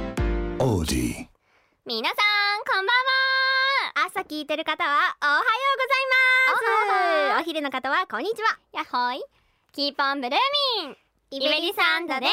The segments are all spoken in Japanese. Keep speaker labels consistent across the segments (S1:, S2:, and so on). S1: 皆さんこんばんは
S2: オーディ
S3: 朝聞いてる方はおはようございますお昼の方はこんにちは
S1: やっほいキーポンブルーミンイベリサンドです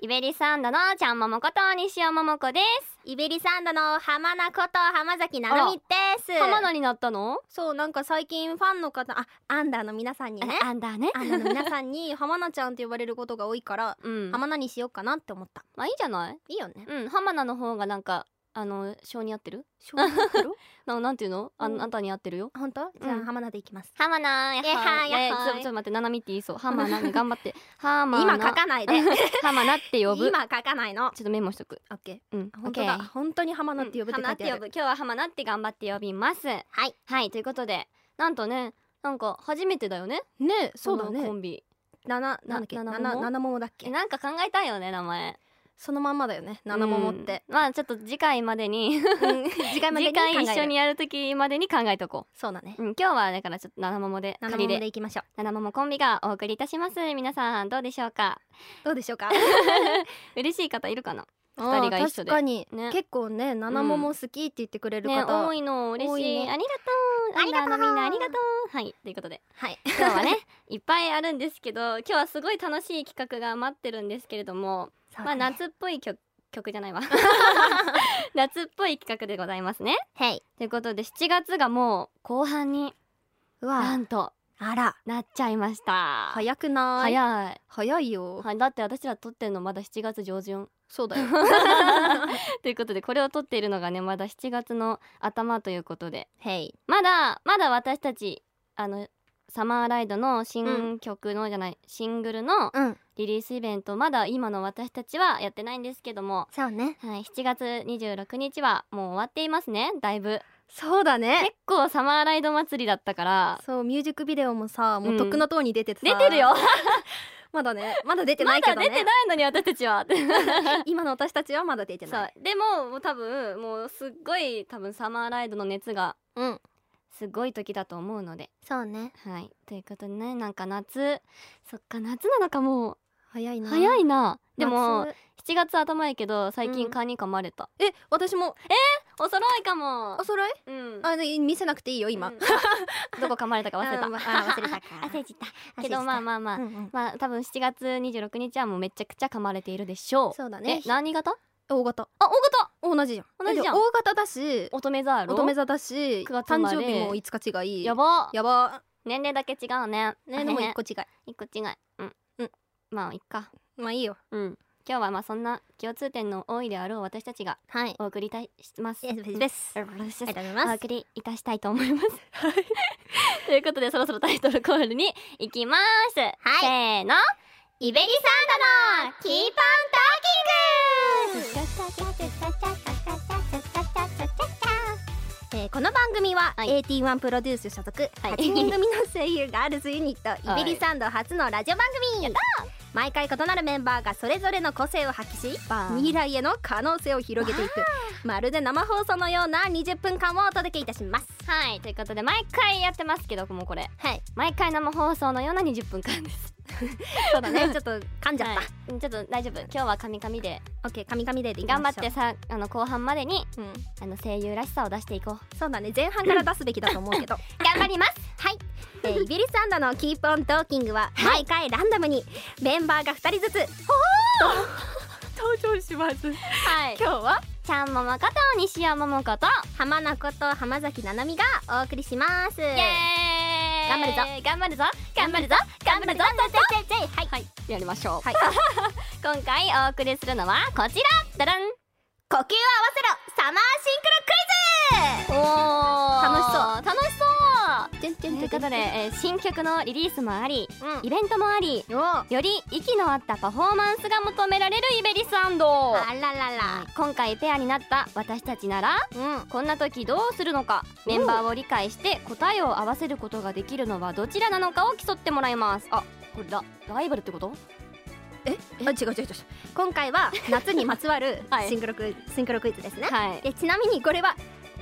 S1: イベリサンドのちゃんももこと西尾ももこで
S3: イベリサンドの浜名こと浜崎七海です
S1: す浜野になったの
S3: そうなんか最近ファンの方あアンダーの皆さんにね
S1: あアンダーね
S3: アンダーの皆さんに 浜名ちゃんって呼ばれることが多いから
S1: うん
S3: 浜名にしようかなって思った
S1: まあいいじゃない
S3: いいよね
S1: うん浜名の方がなんかあの性に合ってる
S3: 小学生
S1: ななんていうのあ,、
S3: うん
S1: あんたに合ってるよ
S3: 本当じゃ
S1: うん
S3: あ浜名でいきます
S1: 浜名やっほー
S3: やっほー
S1: いやいや
S3: やっほ
S1: ち
S3: ー
S1: ょちょっと待ってななみって言いそう浜名頑張って浜名
S3: 今書か ないで
S1: 浜名って呼ぶ
S3: 今書かないの
S1: ちょっとメモしとく
S3: オッケ
S1: う
S3: ー
S1: ん
S3: 本当だ
S1: OK
S3: 本当に浜名って呼ぶって書いてあ
S1: うん浜名って呼ぶ
S3: る
S1: 今日は浜名って頑張って呼びますはいということでなんとねなんか初めてだよね
S3: ねそうだ
S1: このコ
S3: ね
S1: ンビ
S3: 七なんだっけ
S1: な
S3: 七
S1: 七桃
S3: 七桃だっ
S1: え
S3: け
S1: なんか考えたいよね名前
S3: そのまんまだよね七 桃って、
S1: うんまあちょっと次回までに
S3: 次回ま
S1: 次
S3: でに考え
S1: 回
S3: る
S1: 一緒にやる時までに考えとこ
S3: そうだね
S1: う、うん、今日はだからちょっと七桃で
S3: 七
S1: 仮
S3: 桃
S1: で
S3: でいきましょう
S1: 七桃コンビがお送りいたします皆さんどうでしょうか
S3: どうで しょうか
S1: 嬉しい方いるかな
S3: あ
S1: 人
S3: ー
S1: が一緒で
S3: 確かに、
S1: ね
S3: 結構ね七桃好きって言ってくれる
S1: ね
S3: 方、
S1: 多いの嬉
S3: 多
S1: し
S3: い
S1: い
S3: ね
S1: ありがとう
S3: ありがとう
S1: アンダーのみんなありがとうはいということで
S3: はい
S1: 今日はね いっぱいあるんですけど今日はすごい楽しい企画が待ってるんですけれども、
S3: そう
S1: まあ
S3: だね
S1: 夏っぽい曲曲じゃ ないわ夏っぽい企画でございますね
S3: はい
S1: ということで7月がもう後半に
S3: う
S1: な
S3: わ
S1: んと
S3: あら
S1: なっちゃいました
S3: 早くない
S1: 早い
S3: 早いよ、
S1: はいだって私ら撮ってるのまだ7月上旬
S3: そうだよ
S1: ということでこれを撮っているのがねまだ7月の頭ということで
S3: はい
S1: まだまだ私たちあのサマーライドの
S3: う
S1: 新曲の、じゃないシングルの
S3: うん
S1: リリースイベントまだ今の私たちはやってないんですけども、
S3: そうね
S1: はい、7月26日はもう終わっていますねだいぶ
S3: そうだね
S1: 結構サマーライド祭りだったから
S3: そうミュージックビデオもさもうとっくの塔に出てて
S1: 出
S3: さ、
S1: てるよ
S3: まだねまだ出てな
S1: ま
S3: いけ
S1: だ
S3: ど
S1: 出
S3: ね
S1: てないのに私たちは
S3: 今の私たちはまだ出て
S1: そ
S3: な
S1: う
S3: い
S1: でももう多分もうすっごい多分サマーライドの熱が
S3: うん
S1: すごい時だと思うので
S3: そうね
S1: はいということでねなんか夏そっか夏なのかも
S3: 早いうな
S1: 早いなでも
S3: 夏
S1: 7月頭やけど最近
S3: うん
S1: 蚊に噛まれた、
S3: え私も
S1: お揃いかも
S3: お揃い
S1: うん
S3: あで見せなくていいよ今、
S1: うん どこ噛まれた か忘れた
S3: あま あ忘れたか
S1: 焦っちゃっ
S3: あ
S1: たけどまあ
S3: ま
S1: まあまあ、
S3: うんうん
S1: まあ多分7月26日はもうめちゃくちゃ噛まれているでしょう
S3: そうだね
S1: え何型
S3: 大型
S1: あ大型
S3: 同じじゃん
S1: 同じじゃん
S3: えでも大型だし
S1: 乙女座やろ
S3: 乙女座だし
S1: 九月生
S3: 誕
S1: まれ
S3: 生日も5日違い
S1: やば
S3: やば
S1: 年齢だけ違うね
S3: ねでも1
S1: 個
S3: 個違い
S1: 一個違いうん、
S3: うん
S1: まあいっか
S3: まあいいよ
S1: うん今日はまあそんな共通点の多いであろう私たちが
S3: はい
S1: お送りいたします
S3: ですあ
S1: よろしい
S3: り
S1: です
S3: がとうござい
S1: お
S3: ます
S1: 送りいたしたいと思い ます。ということでそろそろタイトルコールに行きます。せーのイベリサンドのキーパントーキング
S3: えーこの番組は
S1: はい
S3: AT1 プロデュース所属
S1: はい
S3: 8人組の声優ガールズユニット
S1: はい
S3: イベリサンド初のラジオ番組毎回異なるメンバーがそれぞれの個性を発揮し
S1: バーン
S3: 未来への可能性を広げていくまるで生放送のような20分間をお届けいたします
S1: はいということで毎回やってますけどもうこれ
S3: はい
S1: 毎回生放送のような20分間です。
S3: そうだ ねちょっと噛んじゃ
S1: は
S3: った、
S1: いうんちょっと大丈夫今日はカミカミで
S3: オッケー神々ででいきましょ
S1: 頑張
S3: う
S1: って、さあの後半までに
S3: うん、
S1: あの声優らしさを出していこう。
S3: そうだね前半から出すべきだと思う けど
S1: 頑張ります。
S3: はい、えーイベリサンドのキープオントーキングは毎回ランダムにメンバーが2人ずつ 登場します
S1: はい。
S3: 今日は
S1: ちゃんももこと西山ももこと
S3: 浜名こと浜崎七海がお送りします
S1: イエーイ
S3: 頑張るぞ
S1: 頑張るぞ頑張るぞ頑張るぞはい、はい、やりましょう、
S3: はい
S1: 今回お送りするのはこちらだらん
S3: 呼吸を合わせろサマ
S1: お楽しそ
S3: ーシンクロクイズ
S1: う楽し
S3: てん
S1: そ
S3: て
S1: うんとい
S3: て
S1: うことで、えー新曲のリリースもあり
S3: うん
S1: イベントもあり
S3: よあ
S1: より息の合ったパフォーマンスが求められるイベリスアンド
S3: ららら
S1: 今回ペアになった私たちなら
S3: うん
S1: こんな時どうするのかメンバーを理解して答えを合わせることができるのはどちらなのかを競ってもらいますあこれだライバルってこと
S3: えあ違う違う違う今回は夏にまつわる
S1: はい
S3: シンクロクイズシンクロクイズですね
S1: はい
S3: でちなみにこれは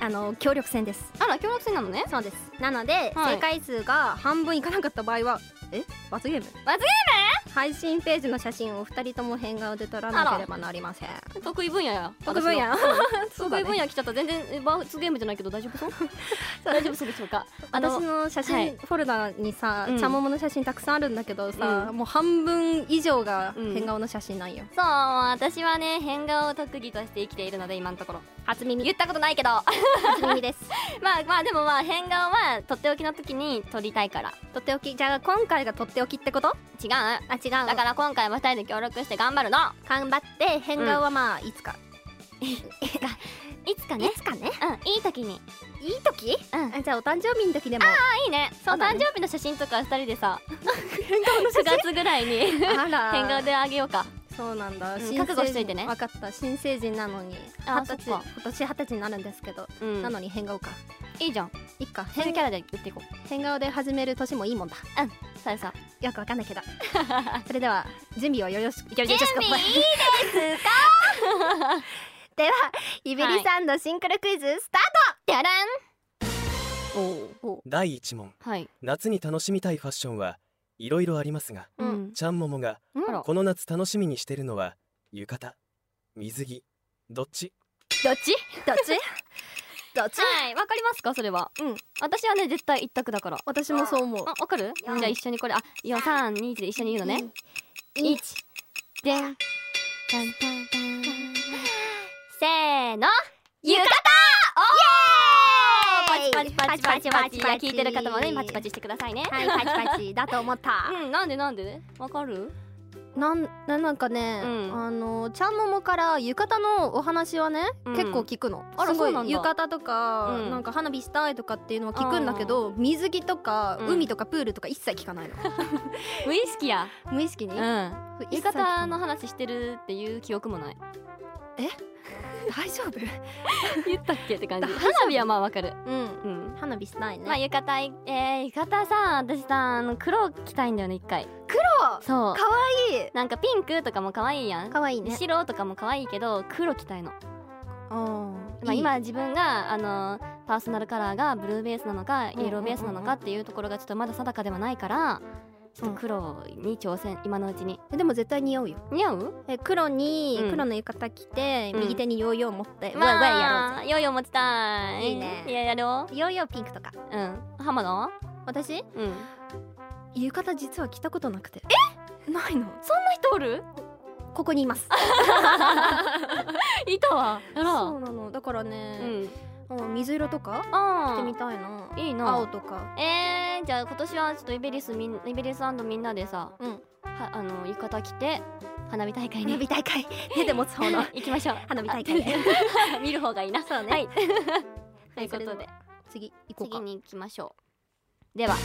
S3: あの協力戦です
S1: あら協力戦なのね
S3: そうですなので、
S1: はい
S3: 正解数が半分いかなかった場合はえ罰ゲーム
S1: 罰ゲーム
S3: 配信ページの写真を二人とも変顔で撮らなければなりません
S1: 得意分野や
S3: 得意分野
S1: 私の
S3: そ
S1: 得
S3: うだ
S1: 意分
S3: ね
S1: 野来ちゃった全然えバースゲームじゃないけど大丈夫そう 大丈夫そうでしょうかあの
S3: 私の写
S1: は
S3: 真
S1: い
S3: フォルダにさ、
S1: うん
S3: ちゃももの写真たくさんあるんだけどさ、
S1: う
S3: もう半分以上が
S1: うん
S3: 変顔の写真なんよ、
S1: そう私はね変顔を特技として生きているので今のところ
S3: 初耳
S1: 言ったことないけどま
S3: 初耳です
S1: あ まあでもまあ変顔はとっておきの時に撮りたいから
S3: とっておきじゃあ今回がとっておきってこと
S1: 違う
S3: あ違う
S1: だから今回は2人で協力して頑張るの
S3: 頑張って変顔はまあいつか、
S1: いつかね
S3: つかね
S1: うんいい時に
S3: いい時
S1: うん
S3: あじゃあお誕生日の時でも
S1: いいねそう
S3: そうだ
S1: 誕
S3: ね
S1: 生日の写真とか2人で さ 9月ぐらいに
S3: あら
S1: 変顔であげようか
S3: そうなんだ、
S1: うん
S3: 新成人
S1: 覚悟しといてね
S3: わかった新成人なのに
S1: あ
S3: 二十歳
S1: そっ
S3: 今
S1: か
S3: 年二十歳になるんですけど、
S1: うん
S3: なのに変顔か
S1: いいじゃん
S3: いっか
S1: そういう
S3: 変
S1: キャラで言っていこう
S3: 変顔で始める年もいいもんだ
S1: さあさあ
S3: よくわかんないけど それでは準備をよろしく準
S1: 準備いいね
S3: ではイベリさんのシンクロクイズスタ
S1: じゃらん
S3: ート、おお
S2: 第1問
S1: はい
S2: 夏に楽しみたいファッションはいろいろありますが
S3: うん
S2: ちゃんももが
S1: うんあら
S2: この夏楽しみにしてるのは浴衣水着どっち
S1: どっち
S3: どっちどっち
S1: はいわかりますかそれは
S3: うん
S1: 私はね絶対一択だから
S3: 私もそう思う
S1: あわかるじ
S3: うん
S1: ゃあ一緒にこれあよ三二一で一緒に言うのね
S3: いい
S1: 一でんタンタンタンせーの浴衣おーパ
S3: イエー
S1: チ
S3: イ
S1: パチパチパチパチいや
S3: パチパチパチ
S1: 聞いてる方もねパチパチしてくださいね
S3: はいパチパチだと思った
S1: うんなんでなんでわかる
S3: なんななんかね、
S1: うん
S3: あのちゃんももから浴衣のお話はね、
S1: うん
S3: 結構聞くの
S1: あら
S3: すご
S1: そう
S3: い
S1: なんだ
S3: 浴衣とか、
S1: うん
S3: なんか花火したいとかっていうのは聞くんだけど水着とか、
S1: うん
S3: 海とかプールとか一切聞かないの
S1: 無意識や
S3: 無意識に、
S1: うん
S3: 一切
S1: 浴
S3: 聞かない
S1: 衣の話してるっていう記憶もない
S3: 大丈夫
S1: 言ったっけって感じ
S3: 大丈夫
S1: 花火はまあわかる
S3: うん
S1: うん
S3: 花火したいね、
S1: まあ浴衣いえー浴衣さ私さあの黒着たいんだよね一回
S3: 黒
S1: そう
S3: かわいい
S1: なんかピンクとかも可愛いやん
S3: かわいいね
S1: 白とかも可愛いけど黒着たいの、
S3: うん
S1: まあ、
S3: いい
S1: 今自分があのパーソナルカラーがブルーベースなのかイエローベースなのかっていうところがちょっとまだ定かではないからちょっと黒に挑戦今のうちに
S3: えでも絶対似合うよ
S1: 似合う
S3: え黒に、
S1: うん
S3: 黒の浴衣着て、
S1: うん
S3: 右手にヨーヨー持って、わいわいやろう
S1: まあヨーヨー持ちたい
S3: いいね
S1: ややろ
S3: ぜヨーヨーピンクとか
S1: ううん浜田は
S3: 私
S1: うん
S3: 浴衣実は着たことなくてえないの
S1: 人お る
S3: ここにいます
S1: いたわや
S3: そ
S1: ろ
S3: うなのだから
S1: うう
S3: ね、
S1: ん
S3: うん、水色とか着て
S1: あ
S3: みたいな、
S1: あいいな
S3: 青とか
S1: えー、じゃあ今年はちょっとイベリスみんイベリスみんなでさ、
S3: うん
S1: はあの浴衣着て花火大会に
S3: 花火大会出て持つ方の
S1: 行きましょう
S3: 花火大会で
S1: あ見る方がいいな
S3: そう ね
S1: はい、と
S3: はい
S1: いうこ
S3: それで
S1: と
S3: は
S1: で
S3: 次行こうか
S1: 次に行きましょうでは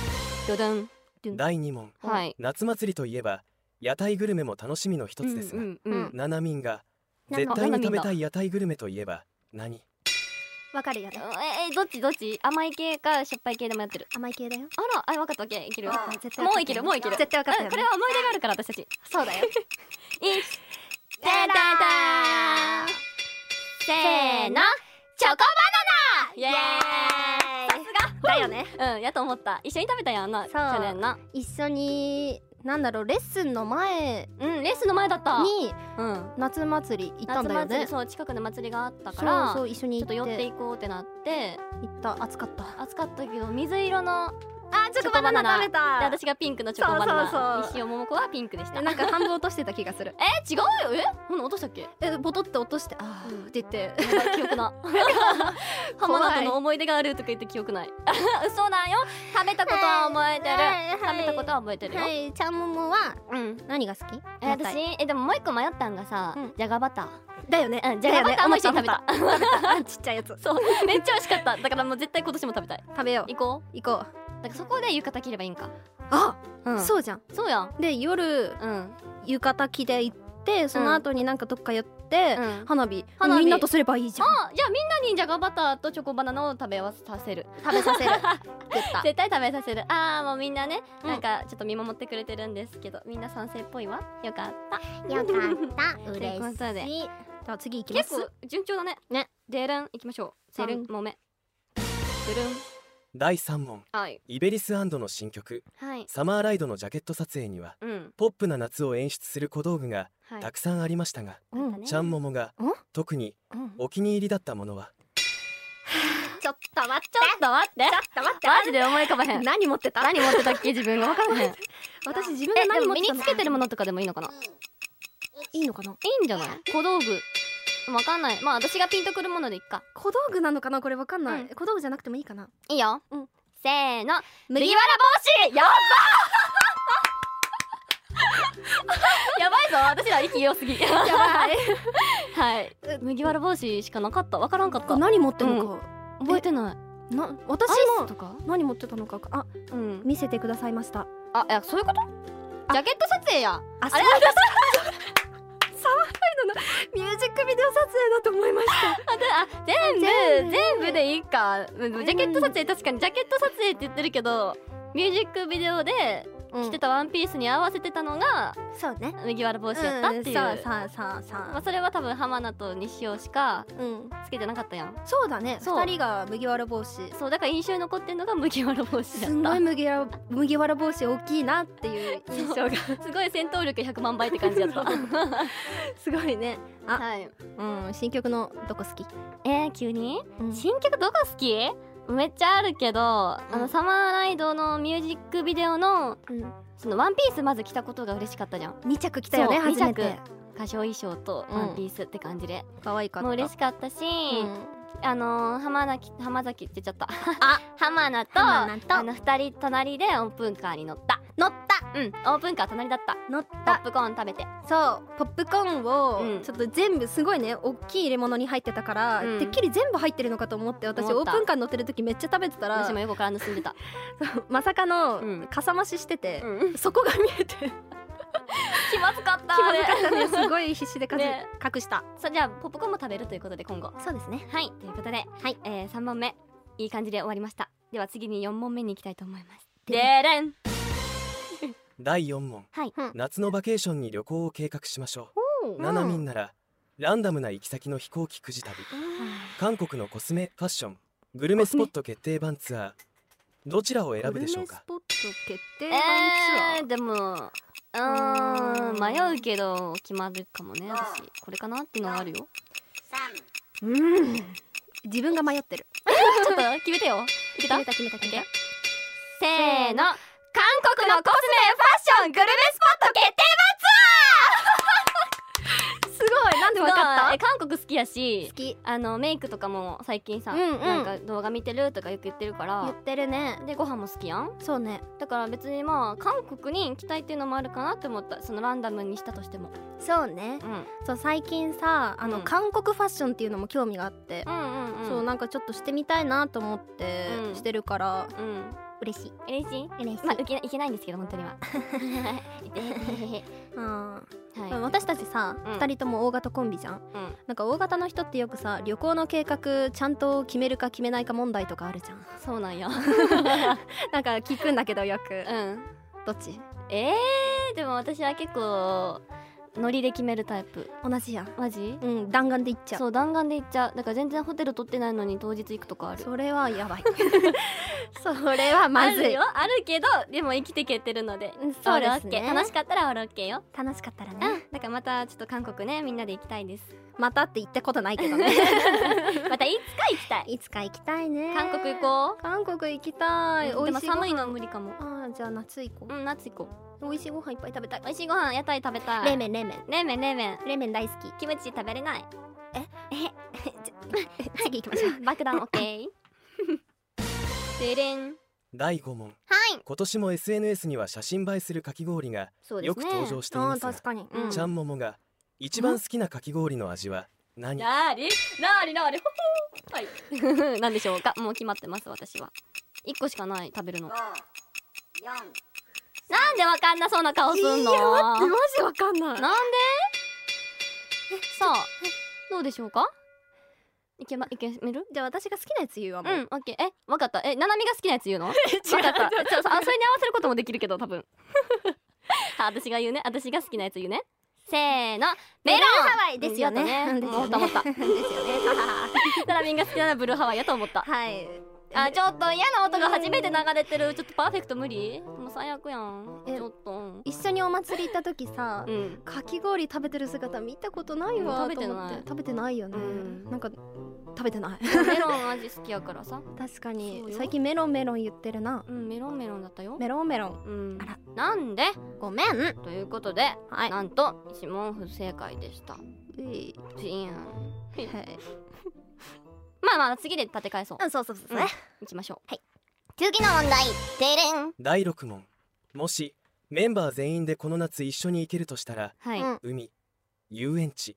S1: ドドン
S2: 第2問
S1: はい
S2: 夏祭りといえば屋台グルメも楽しみの一つです
S1: う
S2: が
S1: んうんうん
S2: ななみんが
S3: なな
S2: 絶対に食べたい屋台グルメといえば何
S3: わかるよね
S1: えー、どっちどっち甘い系かしょっぱい系でもやってる
S3: 甘い系だよ
S1: あらあ分かったオッケーいけるも
S3: あー絶対わかった
S1: ういけるもういける
S3: 絶対わかったよ
S1: うん
S3: ね
S1: これは思い出があるから私たち
S3: そうだよ
S1: いてんてんてんせーのチョコバナナイエーイさすが
S3: だよね
S1: うん、やと思った。一緒に食べたやんな、
S3: う
S1: 去年な。
S3: 一緒になんだろうレッスンの前
S1: うん、レースの前だった。
S3: に
S1: うん。
S3: 夏祭り行ったんだよ
S1: 夏祭り
S3: ね
S1: そう、近くの祭りがあった
S3: だ
S1: から、
S3: そうそう一緒
S1: ち
S3: に
S1: ょっと寄
S3: 行っ
S1: って
S3: て
S1: いこうってなって、
S3: 行った暑かった
S1: 暑かったけど、水色の、
S3: あ
S1: チョコバナナ食べ
S3: た
S1: で私がピンクのチョコバナナ、
S3: そうそうそう
S1: 西尾桃子はピンクで した。
S3: なんか半分落としてた気がする
S1: え、違うよ。え、ほんの落としたっけ
S3: えボトって落としてあーって言って
S1: やばい記憶 な浜田との思い出があるとか言って記憶ない嘘だよ食べたことは覚えてる、食べたことは覚えてるよ、
S3: はい、ちゃんももは
S1: うん
S3: 何が好き？
S1: え私えでももう一個迷ったんがさ、
S3: うん
S1: じゃがバター
S3: だよね
S1: うんじゃがバターも一緒に食べた。
S3: だよね思った思ったあちっちゃいやつ。
S1: そう めっちゃ美味しかっただからもう絶対今年も食べたい
S3: 食べよう。
S1: 行こ
S3: 行こう。
S1: うだからそこで浴衣着ればいいんか
S3: あ、
S1: うん
S3: そうじゃん。
S1: そうやん
S3: で夜
S1: うん
S3: 浴衣着で行って、その後になんかどっか寄って、
S1: うん
S3: 花火
S1: 花火
S3: みんなとすればいいじゃん。
S1: あじゃあみんなにじゃがバターとチョコバナナを 食べ合わせさせる
S3: 食べさせる。絶対。
S1: 絶対食べさせるああもうみんなね、
S3: うん
S1: なんかちょっと見守ってくれてるんですけどみんな賛成っぽいわよかった
S3: よか った。
S1: 嬉しい
S3: い。じゃあ次行きます。
S1: 結構順調だね
S3: ね
S1: デーラン行きましょう
S3: デーラン
S1: 3問目デルン
S2: 第3問
S1: はい
S2: イベリスの新曲
S1: はい
S2: 「サマーライド」のジャケット撮影には
S1: うん
S2: ポップな夏を演出する小道具が
S1: はい
S2: たくさんありましたが、
S3: うん
S1: なんかね
S2: ちゃんももが
S1: ん
S2: 特に
S1: うん
S2: お気に入りだったものは
S3: ちょっと待って
S1: ちょっと待って
S3: ちょっと待って
S1: マジで思い浮かばへん
S3: 何持ってた
S1: 何持ってたっけ自分が分からへん
S3: 私自分
S1: え
S3: が
S1: で
S3: 何持
S1: も
S3: って
S1: 身
S3: た
S1: につけてるも
S3: の
S1: のとかでもいいのかない
S3: いのかない
S1: いんじゃない小道具分かんないまあ私がピンとくるものでいっか
S3: 小道具なのかなこれわかんない、
S1: うん
S3: 小道具じゃなくてもいいかない
S1: いよ、
S3: うん
S1: せーの
S3: 麦
S1: わら帽子やばやばいぞ 私ら息良すぎ
S3: やば い
S1: はい麦わら帽子しかなかったわからんかった
S3: 何持ってるのか、
S1: 覚えてない
S3: な私
S1: アイス
S3: も
S1: とか
S3: 何持ってたのかあ
S1: うん
S3: 見せてくださいました
S1: あいやそういうこと
S3: あ
S1: ジャケット撮影や
S3: あ
S1: あれ
S3: そうだサマーライドのミュージックビデオ撮影だと思いました
S1: あ全部
S3: 全
S1: 全
S3: 部
S1: 部でいいかうんジャケット撮影確かにジャケット撮影って言ってるけどミュージックビデオで着てたワンピースに合わせてたのが
S3: そうね
S1: 麦わら帽子やったっていう、
S3: さあさあさあ
S1: まあ、
S3: さ
S1: それは多分浜名と西尾しか
S3: あうん
S1: つけてなかったやん
S3: そうだね
S1: そう
S3: 二人が麦わら帽子
S1: そうだから印象に残ってんのが麦わら帽子だ
S3: す
S1: っ
S3: んごい
S1: た
S3: 麦わら麦わら帽子大きいなっていう印象が
S1: すごい戦闘力100万倍って感じだった
S3: すごいねあ
S1: はい
S3: うん新曲のどこ好き、
S1: えー、急に
S3: うん
S1: 新曲どこ好きめっちゃあるけど、あ
S3: うん
S1: のサマーライドのミュージックビデオの
S3: うん
S1: そのワンピースまず着たことが嬉しかったじゃん
S3: 二着来たよね
S1: そう
S3: 初めて
S1: 二歌唱衣装と
S3: うん
S1: ワンピースって感じで、
S3: 可愛かった
S1: もう嬉しかったし、
S3: うん
S1: あのー、浜崎浜崎って言っちゃった
S3: あ
S1: 浜名と
S3: 浜名と
S1: あの二人隣でオープンカーに乗った
S3: 乗った
S1: うんオープンカー隣だった
S3: 乗っ
S1: ポ
S3: た
S1: ップコーン食べて
S3: そうポップコーン
S1: う
S3: を
S1: ん
S3: ちょっと全部すごいね大きい入れ物に入ってたから、
S1: うん
S3: てっきり全部入ってるのかと思って私
S1: 思
S3: オ
S1: っ
S3: ー
S1: た
S3: プンカーに乗ってる時めっちゃ食べてたら
S1: 私も横から盗んでた
S3: まさかの
S1: うん
S3: かさ増ししてて、
S1: うん
S3: そこが見えて気
S1: 気まずかった
S3: ま
S1: あ
S3: ず
S1: れ
S3: かったねすごい必死で数、
S1: ね
S3: 隠した
S1: それじゃあポップコーンも食べるということで今後
S3: そうですね
S1: はいということで、
S3: はい
S1: えー、3問目いい感じで終わりましたでは次に4問目に行きたいと思います
S3: で
S1: でれん
S2: 第4問
S1: はい
S2: 夏のバケーションに旅行を計画しましょう
S3: うん
S2: ななみんならランダムな行き先の飛行機くじ旅韓国のコスメファッショングルメスポット決定版ツアーどちらを選ぶでしょうか
S3: グルメスポット決定版
S1: えー、でもうー
S3: うん
S1: ん迷うけど決まるかもね私これかなっていうのはある よ
S3: ツアーうん自分が迷ってる
S1: ちょっと決めてよいけ
S3: 決
S1: た
S3: めた決めた決めた
S1: せーの韓国のコスメファッショングルメスポット決定
S3: すごいなんでわ
S1: 版
S3: かっ
S1: え韓国好きや
S3: た
S1: し
S3: 好き
S1: あのメイクとかも最近さ、
S3: うんうん
S1: なんか動画見てるとかよく言ってるか
S3: 言
S1: ら
S3: ってるね
S1: でご飯も好きやん
S3: そうね
S1: だから別にまあ韓国に行きたいっていうのもあるかなって思ったそのランダムにしたとしても、
S3: そうね
S1: うん、うん
S3: そう最近さあの、
S1: うん
S3: 韓国ファッションっていうのも興味があって、
S1: うんうん
S3: そうなんかちょっとしてみたいなと思って
S1: うん
S3: してるから、
S1: うん
S3: 嬉しい
S1: 嬉しい
S3: 嬉し
S1: まあいけないけないんですけど本当に は
S3: うん
S1: はい、
S3: でも私たちさ、
S1: う
S3: 二
S1: ん
S3: 人とも大型コンビじゃん
S1: うん、
S3: なんか大型の人ってよくさ旅行の計画ちゃんと決めるか決めないか問題とかあるじゃ ん
S1: そうなんや
S3: なんか聞くんだけどよく
S1: うん
S3: どっち
S1: えー、でも私は結構ノリで決めるタイプ
S3: 同じやん
S1: マジ
S3: うん弾丸でいっちゃう
S1: そう弾丸で行っちゃうだから全然ホテル取ってないのに当日行くとかある
S3: それはや ばいそれはまず
S1: ある
S3: い
S1: よあるけどでも生きてけてるので
S3: うんそうで
S1: オール
S3: すね
S1: オッケー楽しかったらオールオッケーよ
S3: 楽しかったらね、
S1: うんだからまたちょっと韓国ねみんなで行きたい です
S3: またって言ったことないけどね
S1: またいつか行きたい
S3: いつか行きたいね
S1: 韓国行こ
S3: 韓国行きたい、
S1: う、
S3: 美
S1: で
S3: 味
S1: も
S3: しいご飯
S1: 寒いのは無理かも
S3: あーじゃあ夏行こ
S1: うん夏行こ
S3: う美味しいご飯いっぱい食べたいう
S1: 美味しいご飯屋台食べたい
S3: 冷麺冷麺
S1: 冷麺冷麺
S3: 冷麺大好き
S1: キムチ食べれない
S3: 次行きましょう
S1: 爆弾オッケー でれん
S2: 第5問
S1: はい
S2: 今年も SNS には写真映えするかき氷が
S1: そうで
S2: よ
S1: す
S2: く
S1: ね
S2: 登場してい
S3: あ
S2: ま
S3: ー
S2: すが
S3: 確かに、
S1: うん
S2: ちゃんももが一番好きなかき氷の味は何
S1: なーになーになーにほほーはい なんでしょうかもう決まってます私は一個しかない食べるのなんでわかんなそうな顔すんの
S3: いや待ってマジわかんない
S1: なんでさあどうでしょうかいけまいけめる
S3: じゃあ私が好きなやつ言うわ
S1: う
S3: もう、
S1: ん、オッケー。え、わかった。え、ななみが好きなやつ言う のわかった。ちょあ、それに合わせることもできるけど、多分。 あ私が言うね。私が好きなやつ言うね。せーの、メロン
S3: ハワイですよね,、
S1: うんやったね
S3: ですよね
S1: ななみが好きなのはブルーハワイやと思った。
S3: はい
S1: あちょっと嫌な音が初めて流れてるちょっとパーフェクト無理もう最悪やん
S4: え
S1: ちょっと
S4: 一緒にお祭り行った時さ、
S1: うん
S4: かき氷食べてる姿見たことないわ
S1: うん食べ
S4: と
S1: て
S4: 思
S1: な
S4: っ
S1: い
S4: て食べてないよね、
S1: うん
S4: なんか食べて ない
S1: メロン味好きやからさ
S4: 確かに
S1: そうよ
S4: 最近メロンメロン言ってるな
S1: うんメロンメロンだったよ
S4: メロンメロン
S1: うん
S4: あら
S1: なんで
S4: ごめん
S1: ということで
S4: はい
S1: なんと指紋不正解でした
S4: うい
S1: ジーン
S4: はい
S1: まあまあ次で立て替えそう
S3: うんそうそうそうそう、
S1: うん行きましょう
S3: 次の問題でれん
S2: 第6問もしメンバー全員でこの夏一緒に行けるとしたら
S1: はい
S3: うん
S2: 海遊園地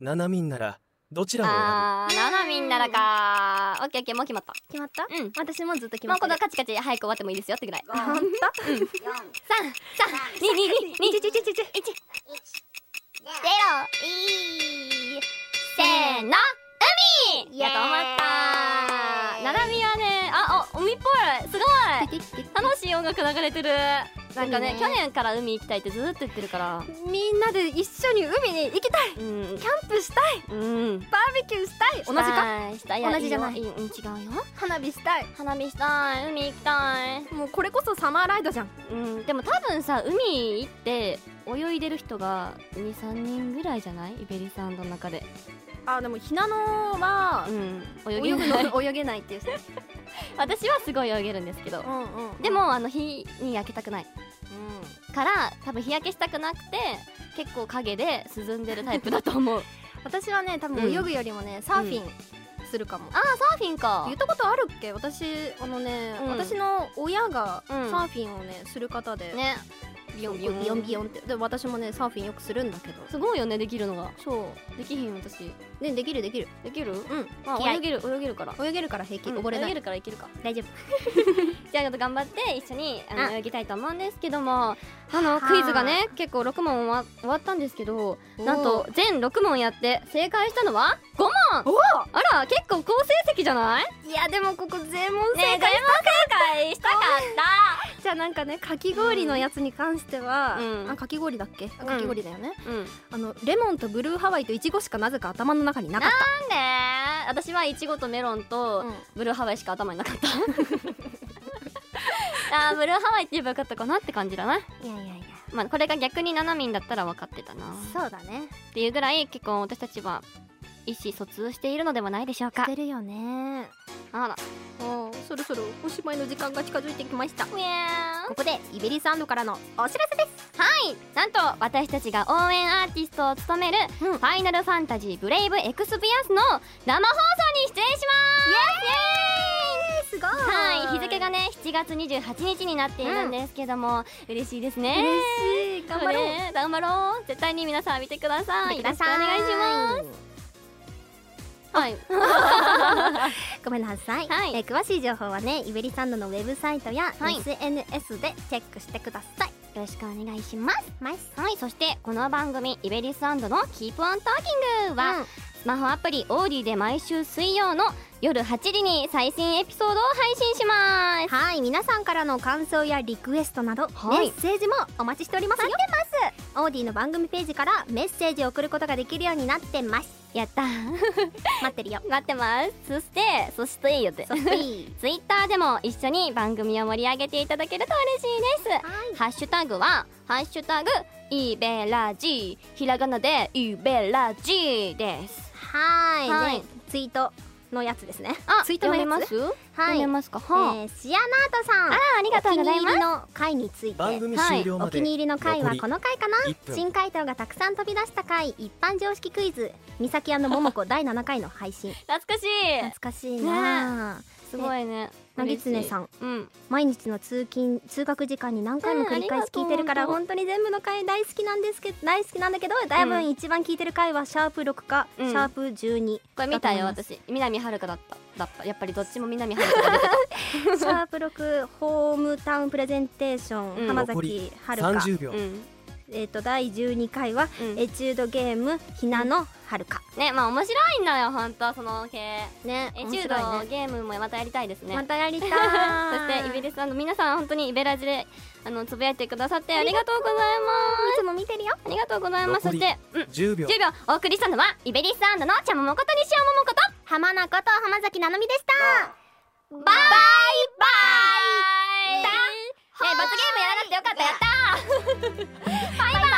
S2: 7人ならどちらを選ぶ
S1: あーななみんならかオッケーオッケーもう決まった
S4: 決まった
S1: うん
S4: 私もずっと決
S1: も
S4: まっ
S1: うこ
S4: て
S1: のカチカチ早く終わってもいいです よってぐらい
S4: あほんと
S1: 二二二二
S4: ちちちちち
S3: ゼロいい
S1: せーの海
S3: イエーイ
S1: やと思ったななみはねあお海っぽいすごい
S4: ピキピキ
S1: 楽しい音楽流れてるなんかね
S4: いいね
S1: 去年から海行きたいってずっと言ってるから
S4: みんなで一緒に海に行きたい
S1: うん
S4: キャンプしたい
S1: うん
S4: バーベキューしたい同じか
S1: かしたい
S4: 同じじゃない
S1: いよいいうん違うよ
S4: 花火したい
S1: 花見したい海行きたい
S4: もうこれこそサマーライドじゃん
S1: うんでも多分さ海行って泳いでる人が23人ぐらいじゃないイベリサンドの中で
S4: あでもひなのは
S1: うん泳
S4: 泳
S1: げ
S4: ぐ
S1: ない
S4: の泳げないっていう人
S1: 私はすごい泳げるんですけど
S4: うんうん
S1: でもあの日に焼けたくないから多分日焼けしたくなくて結構影で涼んでるタイプだと 思う
S4: 私はね多
S1: う
S4: 分
S1: ん
S4: 泳ぐよりもね、サーフィンするかも、
S1: あサーフィンか
S4: 言ったことあるっけ私あのね、
S1: うん
S4: 私の親がサ
S1: うん
S4: ーフィンをねする方で、
S1: ね
S4: ビヨンビヨンビヨンビヨンってで私もねサーフィンよくするんだけど
S1: すごいよねできるのが
S4: そ
S1: できひん私
S4: うねできるできる
S1: できる
S4: うん
S1: まあ
S4: 嫌い
S1: 泳げる泳げるから
S4: 泳げるから平気、
S1: うん
S4: 溺れな
S1: 泳げ
S4: い
S1: るからいけるか
S4: 大丈
S1: じゃあちょっと頑張って一緒にあの
S4: うん
S1: 泳ぎたいと思うんですけどもあの
S4: はー
S1: クイズがね結構6問終わ終わったんですけど
S4: 夫
S1: なんと全6問やって正解したのは5問
S4: お
S1: あら結構好成績じゃない
S4: いやでもここ全問正
S1: ね
S4: 解、
S1: え全問正解したかっ
S4: じゃあなんかねかき氷のやつに関しては、
S1: うん
S4: あかき氷だっけ、あかき氷だよね
S1: たうん
S4: あのレモンとブルーハワイとイチゴしかなぜか頭の中になかっ
S1: なんで私はいちごとメロン
S4: た、
S1: と
S4: うん
S1: ブルーハワイしか頭になかった あーブルーハワイって言えばよかったかなって感じだない
S3: やいやいや
S1: まあこれが逆にななみんだったら分かってたな
S3: そうだね
S1: っていうぐらい結構私たちは意思疎通しているのではないでしょうか
S4: 出るよね
S1: あら
S4: もうそろそろおしまいの時間が近づいてきました
S1: うや
S4: ここでイベリサンドからのお知らせです
S1: はいなんと私たちが応援アーティストを務める「
S4: うん
S1: ファイナルファンタジーブレイブエクスピアス」の生放送に出演します
S4: すごい
S1: はい日付がね7月28日になっているんですけども、嬉しいですね
S4: 嬉しい頑張ろう、
S1: ね頑張ろう絶対に皆さん見てくださ
S4: 見
S1: い
S4: てください
S1: よろしくお願いしますはい
S3: ごめんなさい、
S1: はい
S3: えー詳しい情報はねイベリサンドのウェブサイトや
S1: はい
S3: SNS でチェックしてください
S1: よろしくお願いします
S3: マイ
S1: はいそしてこの番組「イベリスのキープオントーキングは」スマホアプリオーディで毎週水曜の夜8時に最新エピソードを配信します
S3: はい皆さんからの感想やリクエストなど、
S1: はい
S3: メッセージもお待ちしておりますよますオーディの番組ページからメッセージを送ることができるようになってます
S1: やったー
S3: 待ってる よ
S1: 待ってますそしてそしていいよって
S3: ソフィー
S1: ツイッターでも一緒に番組を盛り上げていただけると嬉しいです
S3: はい
S1: ハッシュタグは「ハッシュタグイベラジ」ひらがなで「イベラジ」です
S3: はい
S1: はい
S3: ねツイートのやつですね
S1: あ
S3: ツイートのやつ
S1: 読めます、
S3: は
S1: 読
S3: い、
S1: め
S3: え
S1: ますかはあ、
S3: ー、シアナートさん
S1: あらありがとうござい
S3: お気に入
S1: ます
S3: りの回について
S2: 番組終了ま
S3: お
S2: で
S3: 気に入りの回はこの回かな
S2: 残り1分
S3: 新回答がたくさん飛び出した回一般常識クイズ「三崎屋の桃子第7回」の配信
S1: 懐かしい
S3: 懐かしいなあ
S1: すごいね
S3: なぎつね
S1: ん
S3: さん
S1: うん
S3: 毎日の通勤通学時間に何回も繰り返し聞いてるから
S1: うんあ
S3: 本当に全部の回大好きなんですけど大好きなんだけどだいぶ一番聞いてる回はシャープ6か、
S1: うん
S3: シャープ12
S1: これ見たよ
S3: だと
S1: 私南はるかだっただったやっぱりどっちも南はるかだ った
S3: シャープ6ホームタウンプレゼンテーション、
S1: うん
S3: 浜
S2: 残り
S3: 崎春香
S2: 30秒、
S1: うん
S3: えっ、と第12回は、
S1: うん
S3: エチュードゲームひなのはるか
S1: ねまあ面白いんだよ本当その系エ
S3: ね
S1: チュ
S3: 面白い
S1: ード、ゲームもまたやりたいですね
S3: またやり たい
S1: そしてイベリスさんの皆さん本当にイベラジであのつぶやいてくださってありがとうございま
S3: いつも見てるよ
S1: すありがとうございますそ
S2: 残
S1: し
S2: り
S1: てうん
S2: 10秒
S1: 10秒お送りしたのはイベリスのちゃんももこと西尾ももこと
S3: 浜名こと浜崎ななみでしたバイ
S1: イねえ罰ゲームやらなくてよかったやった
S3: バイバイ